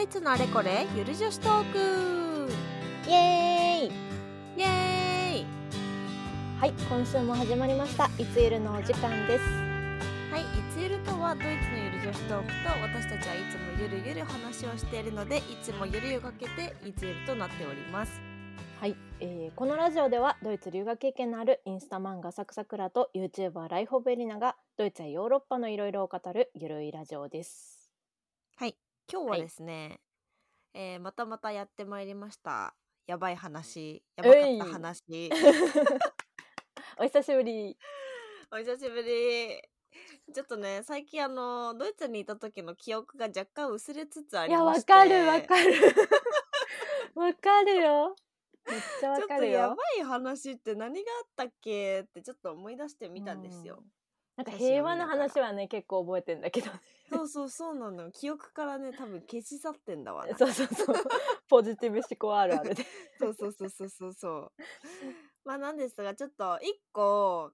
イツのあれこれゆる女子トークイエーイイエーイはい今週も始まりましたいつゆるのお時間ですはい、いつゆるとはドイツのゆる女子トークと私たちはいつもゆるゆる話をしているのでいつもゆるゆかけていつゆるとなっておりますはい、えーこのラジオではドイツ留学経験のあるインスタ漫画サクサクラと YouTuber ライホベリナがドイツやヨーロッパのいろいろを語るゆるいラジオです今日ははいですね、えーまたまたやってまいりましたやばい話やばかえいった話お久しぶり お久しぶりちょっとね最近あのドイツにいた時の記憶が若干薄れつつあいりやまわしてかるわかるわかるよめっちゃわちょかっとるやばよい話って何があったっけってちょっと思い出してみたんですよ。なんか平和な話はね結構覚えてんだけどそうそうそうなの。記憶からね多分消し去ってんだわな。そうそうそうポジティブ思考あるあるで そうそうそうそうそうそう。 まあなんですがちょっと一個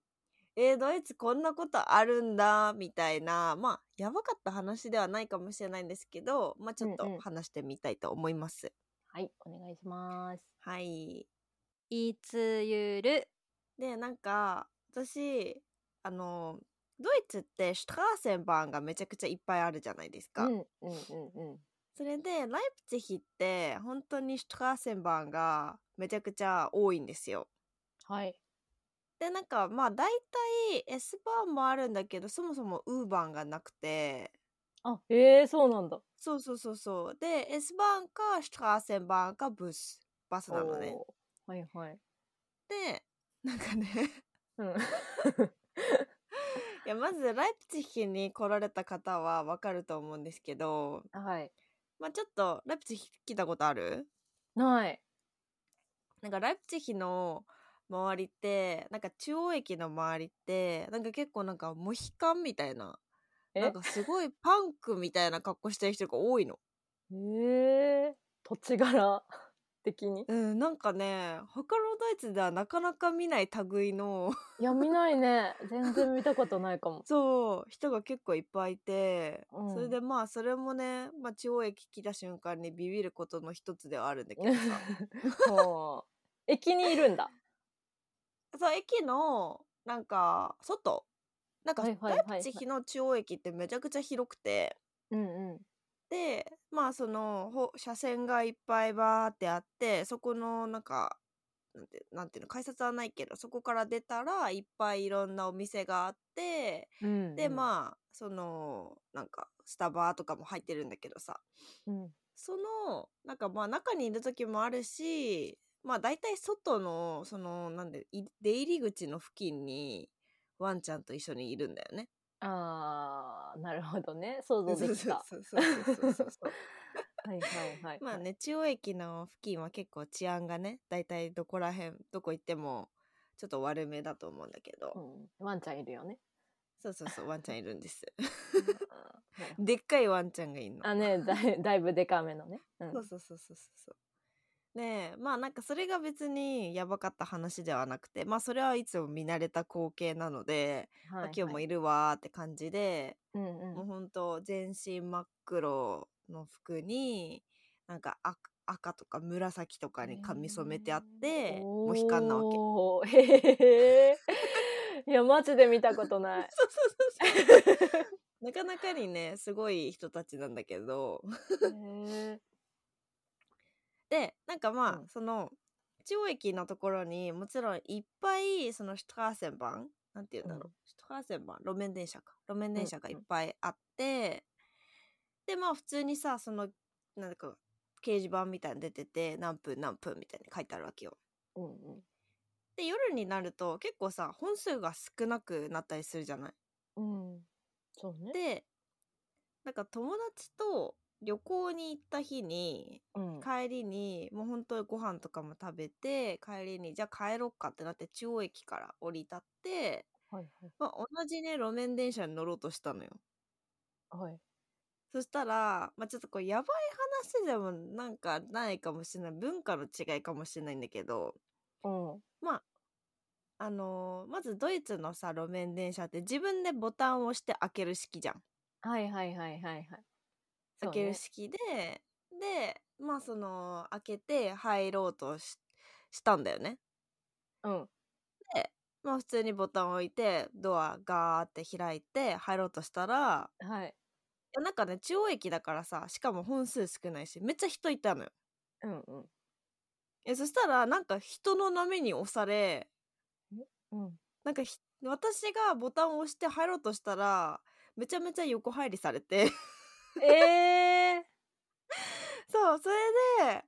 えー、ドイツこんなことあるんだみたいなまあやばかった話ではないかもしれないんですけどまあちょっうんうとん話してみたいと思います。はいお願いしますはい。いつゆるでなんか私あのドイツってシュトラーセンバーンがめちゃくちゃいっぱいあるじゃないですうか。んうんうんうんそれでライプツィヒって本当にシュトラーセンバーンがめちゃくちゃ多いんですよ。はいでなんかまあ大体 S バーンもあるんだけどそもそもウーバンがなくてあえー、そうなんだそうそうそうそうで S バーンかシュトラーセンバーンかブスバスなのね。おーはいはいでなんかね うんいやまずライプツィヒに来られた方はわかると思うんですけど はいまあちょっとライプツィヒ聞いたことあるないなんかライプツィヒの周りってなんか中央駅の周りってなんか結構なんかモヒカンみたいなえなんかすごいパンクみたいな格好してる人が多いの。えー、土地柄 的にうん、なんかね他のドイツではなかなか見ない類の いや見ないね全然見たことないかもそう人が結構いっぱいいて、うんそれでまあそれもね、まあ、中央駅来た瞬間にビビることの一つではあるんだけ どさほう駅にいるんだそう駅のなんか外なんかはライいはいはいはいプチヒの中央駅ってめちゃくちゃ広くてうんうんでまあそのほ車線がいっぱいバーってあってそこのなんかなんてなんていうの改札はないけどそこから出たらいっぱいいろんなお店があってうんうんでまあそのなんかスタバとかも入ってるんだけどさうんそのなんかまあ中にいる時もあるしまあ大体外のそのなんでい出入り口の付近にワンちゃんと一緒にいるんだよね。あーなるほどね想像できたは そうそうそうそうそうそういはいは いまあね中央駅の付近は結構治安がね大体どこら辺どこ行ってもちょっと悪めだと思うんだけど、うん、ワンちゃんいる よね。そうそうそうワンちゃんいるんです あーでっかいワンちゃんがいるのあねだいだいぶデカめのね。うんそうそうそうそうそうそう。ねえまあなんかそれが別にやばかった話ではなくてまあそれはいつも見慣れた光景なので、はまいあ、今日もいるわーって感じで、はいもうほんと全身真っ黒の服になんか赤赤とか紫とかに髪染めてあってもう悲観なわけ。そうわけ。 へーい やマジで見たこ とない。そうそうそう なかなかにねすごい人たちなんだけど へでなんかまあ、うんその中央駅のところにもちろんいっぱいそのシュトラーセンバンなんて言うんだろう、うんシュトラーセンバン路面電車か路面電車がうんいっうんぱいあって、でまあ普通にさそのなんか掲示板みたいに出てて何分何分みたいに書いてあるわけよ。ーうんで夜になると結構さ本数が少なくなったりするじゃない。うんうん。そうね。でなんか友達と旅行に行った日にうん帰りにもう本当にご飯とかも食べて帰りにじゃあ帰ろっかってなって中央駅から降り立って、はいまあ、同じね路面電車に乗ろうとしたのよはいはい。そしたら、まあ、ちょっとこうやばい話でもなんかないかもしれない文化の違いかもしれないんだけどうんあのーまずドイツのさ路面電車って自分でボタンを押して開ける式じゃんはいはいはいはいはい。開ける式で、でまあその開けて入ろうとししたんだよねうん。まあ普通にボタンを置いてドアガーって開いて入ろうとしたらはい。いやなんかね中央駅だからさしかも本数少ないしめっちゃ人いたのようんうん。えそしたらなんか人の波に押され うん。なんかひ私がボタンを押して入ろうとしたらめちゃめちゃ横入りされてええそうそれで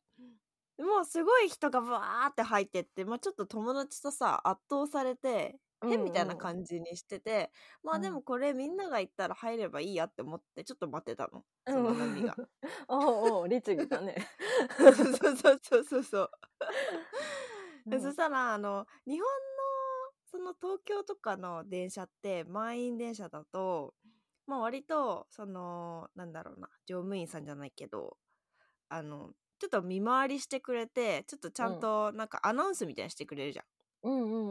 もうすごい人がバーって入ってって、まあ、ちょっと友達とさ圧倒されて ー。変みたいな感じにしてて、まあでうもこれみんなが行ったら入ればいいやって思ってちょっと待ってた のじその波が。。 おうおう、律儀 だね。そうそうそうそうそうそう。うんそしたらあの日本のその東京とかの電車って満員電車だと、まあ、割とそのなんだろうな乗務員さんじゃないけどあのちょっと見回りしてくれてちょっとちゃんとなんかアナウンスみたいにしてくれるじゃん。うんうんうん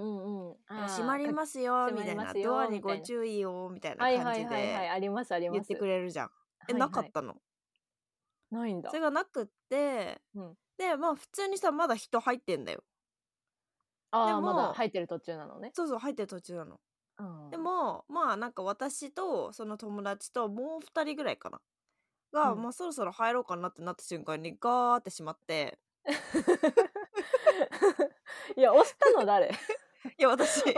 うん。あー閉まりますよかみたい閉まりまなすよドアにみたごいな注意をみたいなはいは感いじはいはい。でありますあり言まっす。てくれるじゃん。えはいなかっはいたの。ないんだそれ。がなくって、うんでまあ普通にさまだ人入ってんだよ。あであ、もまだ入ってる途中なのね。そうそう入ってる途中なの。うんで、もまあなんか私とその友達ともう2人ぐらいかなが、うんまあそろそろ入ろうかなってなった瞬間にガーってしまって いや、押したの 誰いや 私い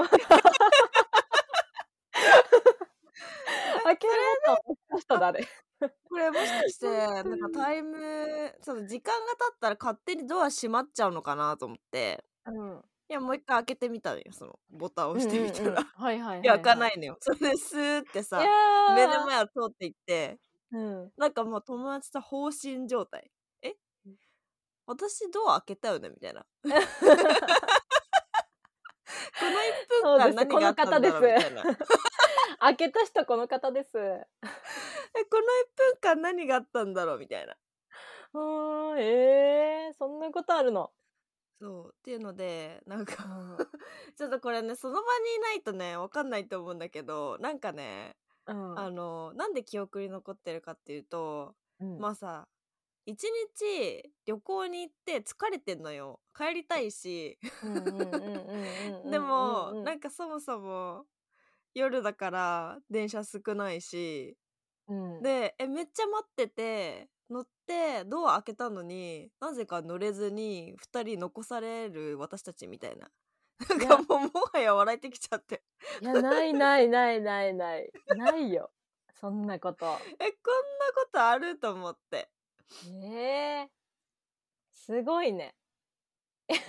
開けるの押した人誰これもしかしてな本当んにかタイムその時間が経ったら勝手にドア閉まっちゃうのかなと思ってうん。いやもう一回開けてみたのよそのボタンを押してみたら、うんうんうん はいはいはい。いや開かないいのよそれでスーっていさや目ーの前を通っていってうん。なんかもう友達と放心状態え私ドア開けたよねみたいなこの そう1で分す間何があったんだろうみたいな。えこの開けた人この方で1す。分間何があったんだろうみたいな。うーん、えー、そんなことあるの。そうっていうのでなんかう ちょっとこれねその場にいないとねわかんないと思うんだけどなんかね、ん。あのなんで記憶に残ってるかっていうと、うんまあさ一日旅行に行って疲れてんのよ帰りたいしうんうんうんうんう んでも、うんうんなんかそもそも夜だから電車少ないしうんでえめっちゃ待ってて乗ってドア開けたのになぜか乗れずに2人残される私たちみたいな。 なんいかやもうもはや笑えてきちゃっていやないないないないないないよそんなことえこんなことあると思ってええすごいね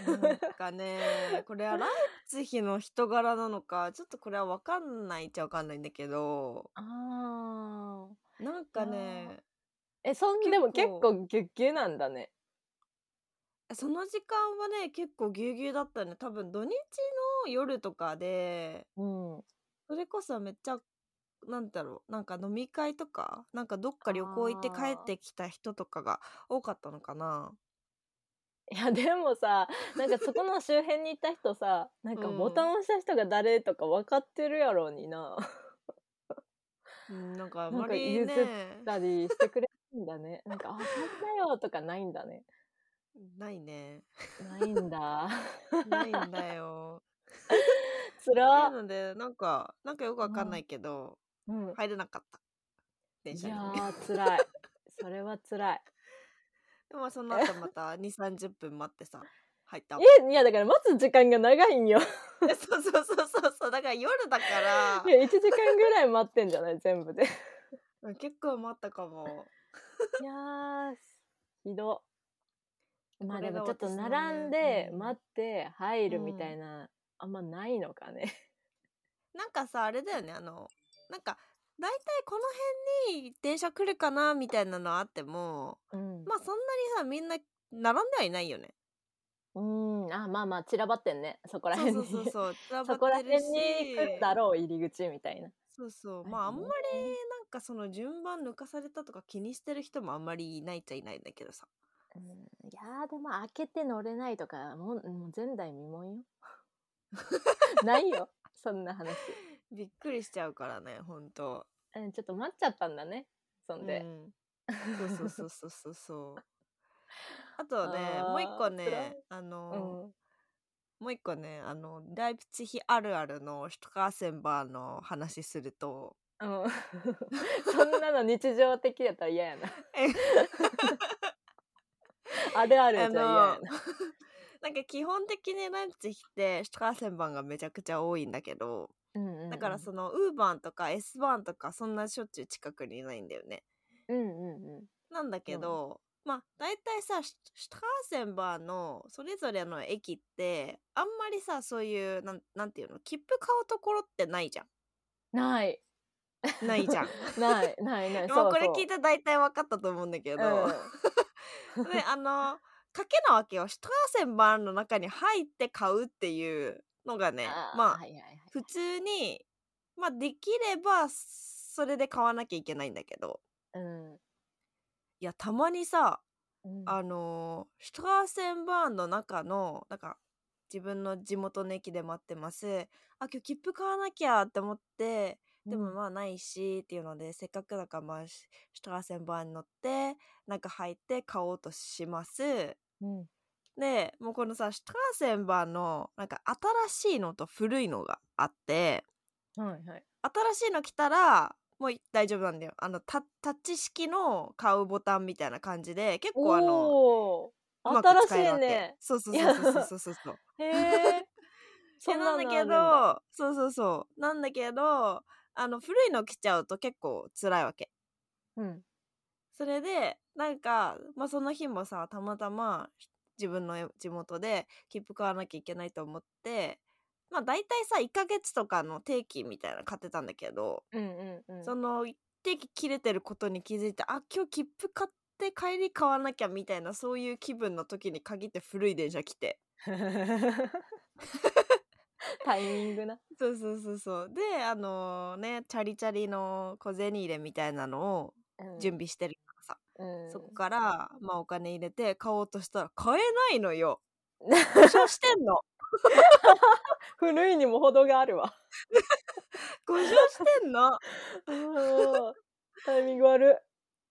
なんかねこれはライツヒの人柄なのかちょっとこれは分かんないっちゃ分かんないんだけどあーなんかねえそん結構でも結構ギュッギュなんだねその時間はね結構ぎゅうぎゅうだったね多分土日の夜とかでうんそれこそめっちゃなんだろうなんか飲み会とかなんかどっか旅行行ってあ帰ーってきた人とかが多かったのかないやでもさなんかそこの周辺にいた人さなんかうんボタン押した人が誰とか分かってるやろうになうんなんかあなんんかまりね譲 ったりしてくれるんだねなんか「あ最高だよ」とかないんだねないねないん だないんだよつらなっのでなんかなんかよくわかんないけどうん、入れなかった電い車にやー辛いそれは辛い でもその後ま た2 3 0分待ってさ入ったえいやだから待つ時間が長いん よそうそうそうそうそうだから夜だから いや1時間ぐらい待ってんじゃない全部でいうん結構待ったかもやーひどまあこれでがもちょっと私のね並んでうん待って入るみたいな、あんまないのかねなんかさあれだよねあのなんか大体この辺に電車来るかなみたいなのあっても うん、まあそんなにさみんな並んではいないよね。うんあまあまあ散らばってんねそこらそう辺そにうそう そそう。散らこらばって辺るしに来るだろう入り口みたいなそうそう。はいまああんまりうんなんかその順番抜かされたとか気にしてる人もあんまりいないっちゃいないんだけどさ。うんいやーでも開けて乗れないとかもうもう前代未聞よ ないよそんな話びっくりしちゃうからね本当。うんちょっと待っちゃったんだねそんで、うんそうそうそうそうそうそう。あとね あーもう一個辛いねあうの、ん。もう一個ねあのライプチヒあるあるのシュトカーセンバーの話するとうん、 そんなの日常的やったら嫌やな。 えあるあるじゃあの嫌な やんか基本的にライプチヒってシュトカーセンバーがめちゃくちゃ多いんだけどな。うんうんうんだからそのウーバンとか S バンとかそんなしょっちゅう近くにいないんだよね。うんうんうん。なんだけど、まあ大体さシシュターセンバーのそれぞれの駅ってあんまりさそういうなんなんていうの切符買うところってないじゃない。んない じゃんないな いない。もそううこれそう聞いて大体分かったと思うんだけど、であの賭けなわけよシュターセンバーの中に入って買うっていうのがねあーまあ、はいはいはい、普通にまあできればそれで買わなきゃいけないんだけどうんいやたまにさうん、あのーシュトラーセンバーンの中のなんか自分の地元の駅で待ってますあ今日切符買わなきゃって思ってでもまあないしっていうので、せっかくだからまあシシュトラーセンバーンに乗ってなんか入って買おうとしますうん、うんでもうこのさシュトラーセンバーンのなんか新しいのと古いのがあってはいはい。新しいの来たらもう大丈夫なんだよあのタタッチ式の買うボタンみたいな感じで結構あのおうおまく新し使えるいわけね。そうそういそうやそうそうそうそう。へ え。えなんだのけあど、そうそうそう。なんだけど、あの、古いの来ちゃうと結構辛いわけ。るんだ、それで、なんか、まあ、その日もさ、たまたま自分の地元で切符買わなきゃいけないと思って、まあ、大体さ、1ヶ月とかの定期みたいなの買ってたんだけど、うん、うんうんうん。その定期切れてることに気づいて、あ、今日切符買って帰り買わなきゃみたいな、そういう気分の時に限って古い電車来て。 タイミングな。そうそうそうそうであのねチャリチャリの小銭入れみたいなのをうん準備してるからさ、うん、そこから、まあ、お金入れて買おうとしたら買えないの よ故ら障してんの古いにも程があ るわ。故障してん のうんタイミング悪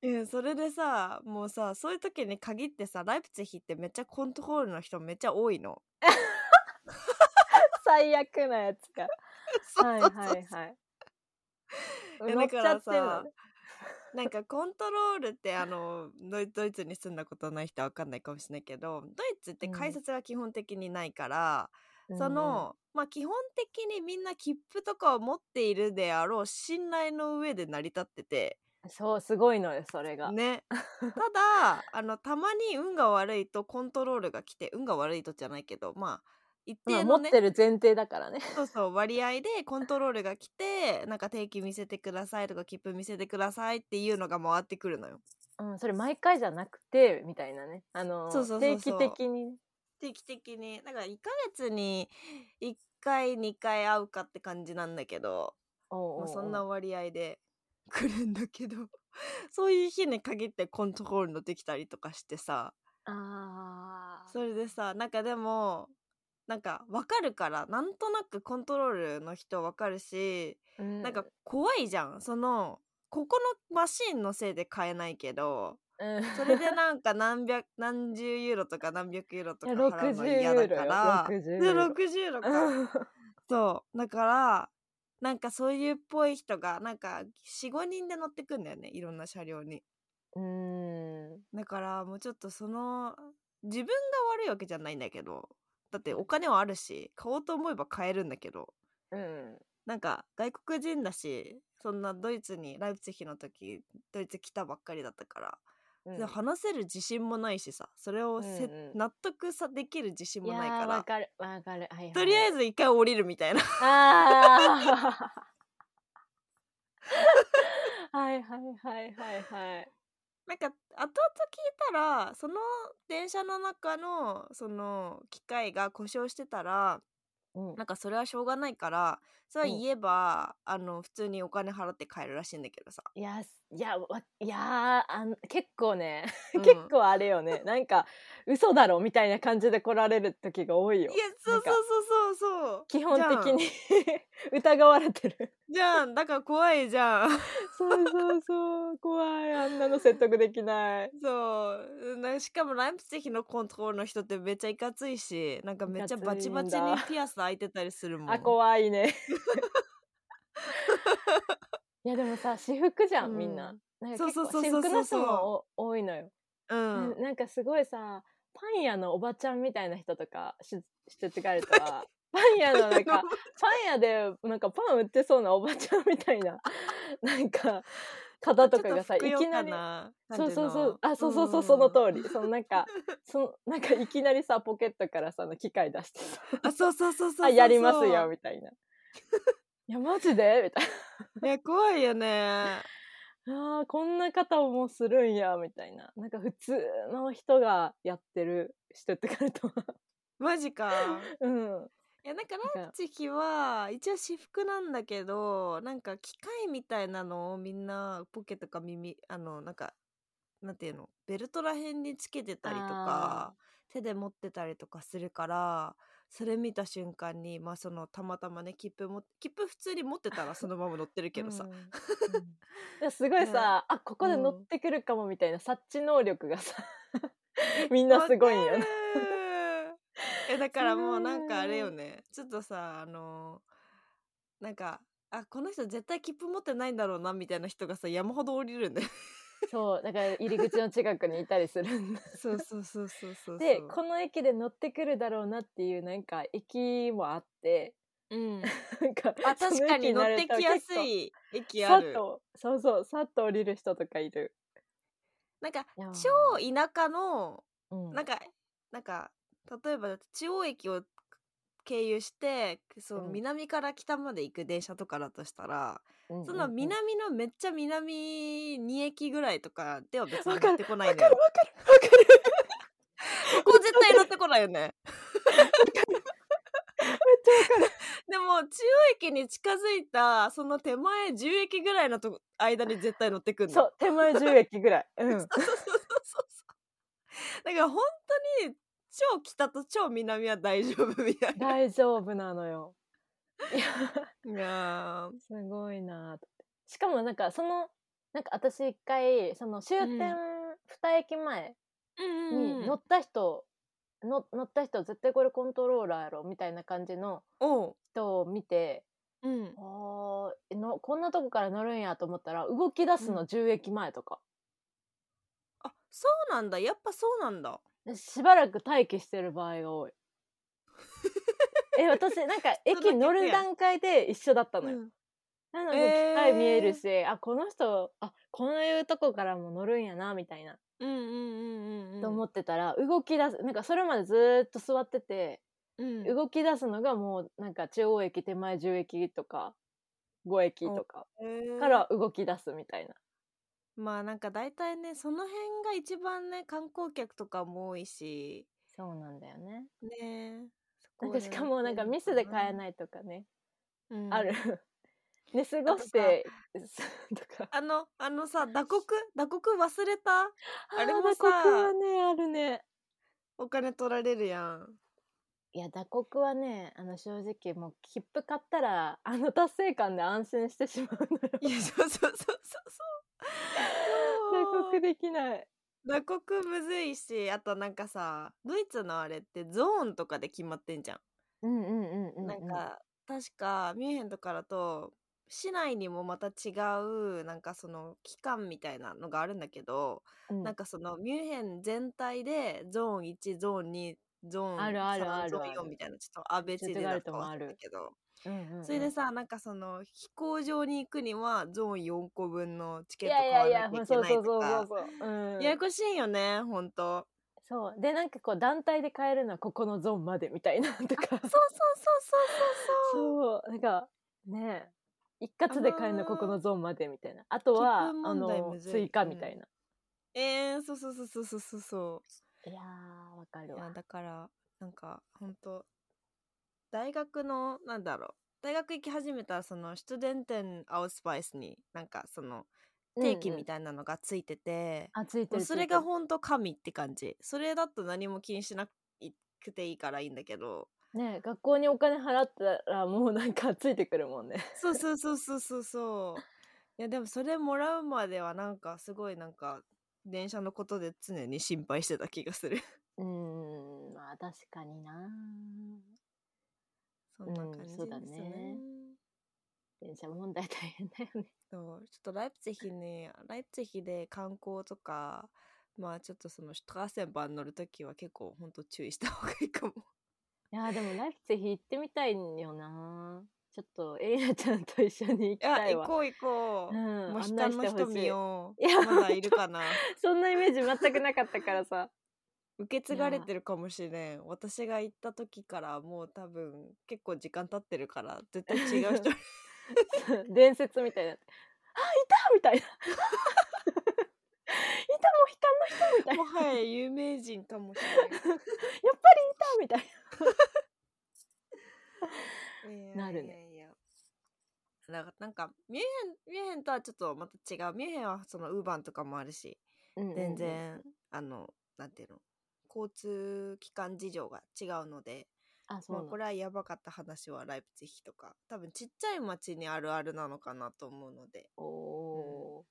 うんそれでさもうさそういう時に限ってさライプツィヒってめっちゃコントロールの人めっちゃ多い のい。最悪なやつか。そうはいそうそうはいはい。いや乗だっちかゃらってんのさね。 なんかコントロールってあのドイドイツに住んだことない人は分かんないかもしれないけどドイツって改札が基本的にないから、その、まあ基本的にみんな切符とかを持っているであろう信頼の上で成り立っててうんうん、そうすごいのよそれが。 ねただあのたまに運が悪いとコントロールが来て運が悪いとじゃないけどまあ一まあ定持のっね、てる前提だからね。 そうそう割合でコントロールが来てなんか定期見せてくださいとか切符見せてくださいっていうのが回ってくるのよ。うん、それ毎回じゃなくてみたいなね、あのそうそうそう定そう期的にね定期的にだから1ヶ月に1回2回会うかって感じなんだけど、おうおまうおあ、うそんな割合で 来るんだけど そういう日に限ってコントロールのできたりとかしてさあーそれでさなんかでもなんか分かるからなんとなくコントロールの人分かるし、うなんか怖いじゃんそのここのマシンのせいで買えないけどうんそれでなんか 何百何十ユーロとか何百ユーロとかいや払うの嫌だから60ユでーロよ60ユーロか そうだからなんかそういうっぽい人がなんか45人で乗ってくんだよねいろんな車両にうんだからもうちょっとその自分が悪いわけじゃないんだけどだってお金はあるし買おうと思えば買えるんだけどうんなんか外国人だしそんなドイツにライプツィヒの時ドイツ来たばっかりだったからうんで話せる自信もないしさそれをせ、うんうん納得さできる自信いもやないーかわらかるわかる、はいはい、とりあえずず一回降りるみたいなあー はいはいはいはいはいなんか後々聞いたらその電車の中のその機械が故障してたらうんなんかそれはしょうがないからそれは言えば、あの普通にお金払って帰るらしいんだけどさ、 いやすいやわいやーあん結構ね、結構あれよねなんか嘘だろみたいな感じで来られる時が多いいよやそうそうそうそうそう基本的に 疑われてるじゃんじゃんだから怖いじゃんそうそうそう怖いあんなの説得できないそうなしかもライプツィヒのコントロールの人ってめっちゃいかついしなんかめっちゃバチバチいにかついんだピアス開いてたりするもんあ怖いねいやでもさ私服じゃん、みんなうなんか結そう構そう私そうそうそ服うの人もお多いのよ、うん、ななんかすごいさパン屋のおばちゃんみたいな人とかしして違えたらパン屋の なんかパン屋でなんかパン売ってそうなおばちゃんみたいな なんか方とかがさいきなりそうそうそうあそうそうそう、そのり通りそのなんかそのなんかいきなりさポケットからさあの機械出してさあそうそうそうそうそうあやりますよみたいないやマジでみたいね怖いよねなあーこんな方もするんやみたいななんか普通の人がやってる人ってかるとマジ かうんいやなんかランチキは一応私服なんだけどなんか機械みたいなのをみんなポケとか耳あのなんかなんていうのベルトらへんにつけてたりとか手で持ってたりとかするからそれ見た瞬間にまあそのたまたまね切符も切符普通に持ってたらそのまま乗ってるけどさ、うんうんいや すごいさ、あここで乗ってくるかもみたいな察知能力 がさみんなすごいんよわかねる。えだからもうなんかあれよそねちょっとさあのなんかあこの人絶対切符持ってないんだろうなみたいな人がさ山ほど降りるんだよそうだから入り口の近くにいたりするんだそうそうそうそうそうそうでこの駅で乗ってくるだろうなっていうなんか駅もあってうん、なんかあその確かに駅乗慣っれてたらきやす結い駅構あるさっとそうそうさっと降りる人とかいる、なんかいやー超田舎のうんなんかなんか例えばだって中央駅を経由してそう、うん南から北まで行く電車とかだとしたら、うんうんうんその南のめっちゃ南2駅ぐらいとかでは別にわか乗るってこないのわかよる。わかるわかるここ絶対乗ってこないよね。 でも中央駅に近づいたその手前10駅ぐらいのとこ間に絶対乗ってくんの。そう手前10駅ぐらい、うん、 そうそうそうそう。だから本当に超北と超南は大丈夫みたいな。大丈夫なのよいやいやーすごいなとしかもなんかそのなんか私一回その終点うん2駅前に乗った人、の乗った人絶対これコントローラーやろみたいな感じのおう人を見てうんあ。ーのこんなとこから乗るんやと思ったら動き出すうの10駅前とか、あそうなんだやっぱそうなんだ。でしばらく待機してる場合が多い え私なんかそ駅んな逆乗るや段階で一緒だったのよ、うんなので、えー機械見えるし、あ、この人、あ、こういうとこからも乗るんやな、みたいな、うんうんうんうんうん。と思ってたら、動き出す、なんかそれまでずーっと座ってて、うん動き出すのがもう、なんか中央駅、手前10駅とか、5駅とかかへーら動き出すみたいな。まあなんか大体ねその辺が一番ね観光客とかも多いしそうなんだよね。ねなんかしかもなんかミスで買えい、ないとかね、うんあ る。寝過ごして、とか。あのあのさ打刻打刻忘れたあれーもさ打刻はね、あるね。お金取られるやん いや打刻はねあの正直もう切符買ったらあの達成感で安心してしまうのよいやそうそうそうそうそう 打刻できない打刻むずいしあとなんかさドイツのあれってゾーンとかで決まってんじゃんうんうんうんうんうんなんか確かミュンヘンとかだと市内にもまた違うなんかその期間みたいなのがあるんだけど、うんなんかそのミュンヘン全体でゾーン1ゾーン2ゾーンあるある3あるゾーンある4みたいなちょっとアベチでだとか忘れたけどうんうんうんそれでさなんかその飛行場に行くにはゾーン4個分のチいケットや買いやいわなやきゃいけそうないそとうそうそうかそううんややこしいよねほんと。そうでなんかこう団体で買えるのはここのゾーンまでみたいなのとかそうそうそうそうそうそう。そうなんかねえ一括で買えるのはここのゾーンまでみたいなあと切は符あ問題のむずい追加みたいな、えー、そうそうそうそうそうそうそう。いやーわかいるわやだからなんか本当大学のなんだろう大学行き始めたらそのストゥデンテンアウスパイスになんかその定期みいたいなのがついてて、な、あついてもうるそついれてがる本当神って感じそれだと何も気にしなくていいからいいんだけどねえ学校にお金払ったらもうなんかついてくるもんねそうそうそうそうそうそういやでもそれもらうまではなんかすごいなんか電車のことで常に心配してた気がするうーん、まあ確かになそんなうん感じですそうだね電車問題大変だよね。そうちょっとライプツィヒにライプツィヒで観光とかまあちょっとそのシュトラッセンバーに乗るときは結構ほんと注意した方がいい かもいやーでもライプツィヒ行ってみたいんよなちょっとエリナちゃんと一緒に行きいやたいわ行こう行こう、うんもう案下内しのて人ほしい見よ いやうまだいるかなそんなイメージ全くなかったからさ 受け継がれてるかもしれん私が行った時からもう多分結構時間経ってるから絶対違う 人伝説みたいになってあいたみたいな いたもうひかの人みたいな もはや有名人かもしれないやっぱりいたみたいな なるいやねいやいやなんかなんかミュンヘンミュンヘンとはちょっとまた違うミュンヘンはそのウーバンとかもあるし、うんうんうん全然あのなんていうの交通機関事情が違うのであそうまあ、なんこれはやばかった話はライプツィヒとか多分ちっちゃい町にあるあるなのかなと思うのでおお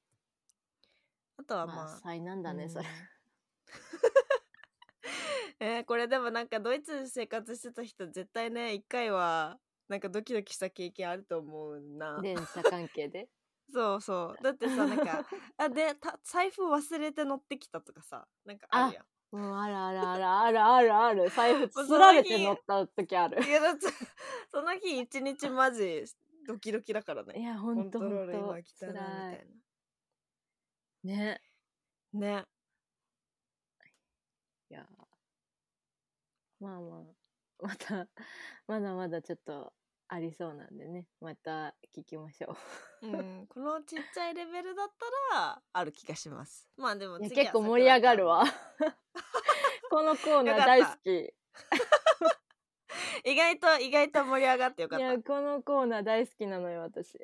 あとー、はまあ、まあ災難だね、それうん えーこれでもなんかドイツで生活してた人絶対ね一回はなんかドキドキした経験あると思うな電車関係でそうそうだってさなん かあでた財布忘れて乗ってきたとかさなんかあるやんもうあるあるあるあるあるあ る財布その日つられて乗った時あ るいやだってその日一日マジドキドキだからいねやコほんンとトほローんル今と来たなつみらたいいねなねいやーまあまあ またまだまだちょっとありそうなんでねまた聞きましょうん、 このちっちゃいレベルだったらある気がしますまあでもういや次は結構盛り上がるわ桜ち このコーナよかーった大好きゃん意外と意外と盛り上がってよかっいたやこのコーナー大好きなのよ私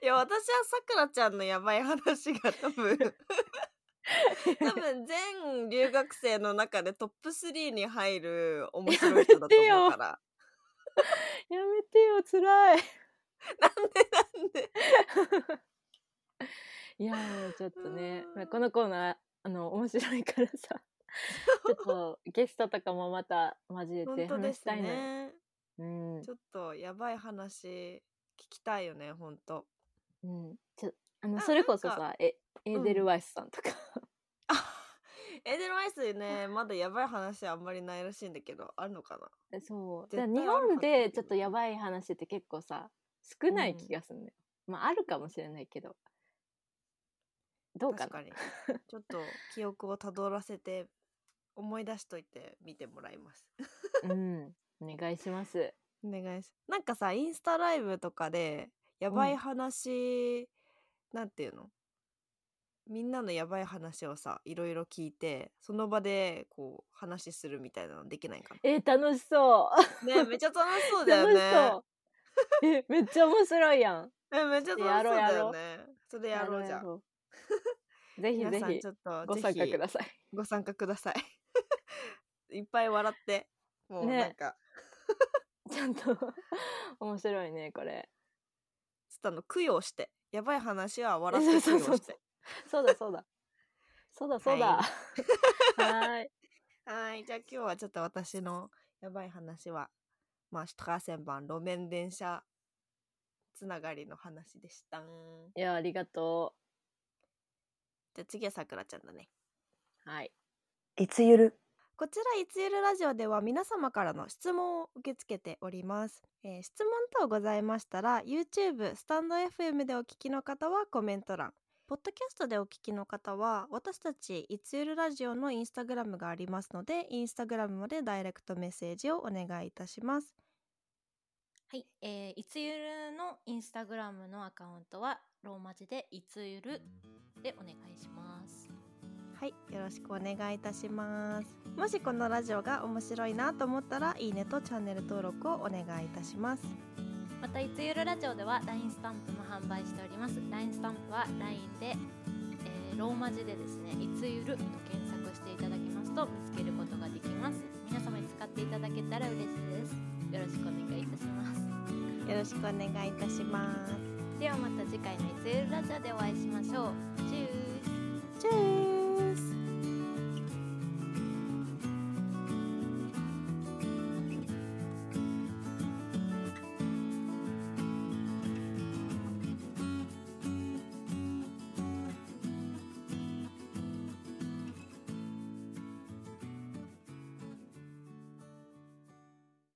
いや私はさくらちゃんのやばい話が多分 多分全留学生の中でトップ3に入る面白い人だと思うからやめてよつらいなん でいやもうちょっとねまあこのコーナーあの面白 いからさちょっとゲストとかもまた交えて本当で話しすたいのよ、ねうんちょっとやばい話聞きたいよね本当うんちょあのあそれこそなんかさえエーデルワイスさんとか、エーデルワイス ねまだやばい話あんまりないらしいんだけどあるのかなそう。絶だから対日あるは本ずだけでどちょっとやばい話って結構さ、少なういん気がするのよ。まあ、あるかもしれないけど。どうかな確か にちょっと記憶をたどらせて思い出しといて見てもらいますうん。お願いします。お願いしなんかさインスタライブとかでやばい話、なんていうのみんなのやばい話をさいろいろ聞いてその場でこう話するみたいなのできないかえー楽しそう。なねえめっちゃ楽しそうだよ楽しねそう。え、めっちゃ面白いやん。えめっちゃ楽しそうやろうだやろようねそれやろうじゃんろうぜひ皆ぜさんひちょっとごぜ参加ひください。ご参加ください いっぱい笑ってもうねなんか、ちゃんと面白いねこれ。ちょっとあの供養してやばい話は笑 って供養してそうそうそうそうだそうだ。そうだそうだ。はは ーい。はいじゃあ今日はちょっと私のやばい話はまあシュトラーセンバン路面電車つながりの話でしたいやありがとじゃあ次はさくらちゃんだねう。はい。いつゆるこちらいつゆるラジオでは皆様からの質問を受け付けております、えー質問等ございましたら YouTube スタンド FM でお聞きの方はコメント欄ポッドキャストでお聞きの方は私たちいつゆるラジオのインスタグラムがありますのでインスタグラムまでダイレクトメッセージをお願いいたしますはい、えーいつゆるのインスタグラムのアカウントはローマ字でいつゆるでお願いします。はいよろしくお願いいたしますもしこのラジオが面白いなと思ったらいいねとチャンネル登録をお願いいたしますまたいつゆるラジオでは LINE スタンプも販売しております。LINE スタンプは LINE で、えーローマ字でですね、いつゆると検索していただきますと見つけることができます。皆様に使っていただけたら嬉しいです。よろしくお願いいたします。よろしくお願いいたしますではまた次回のいつゆるラジオでお会いしましょうチュー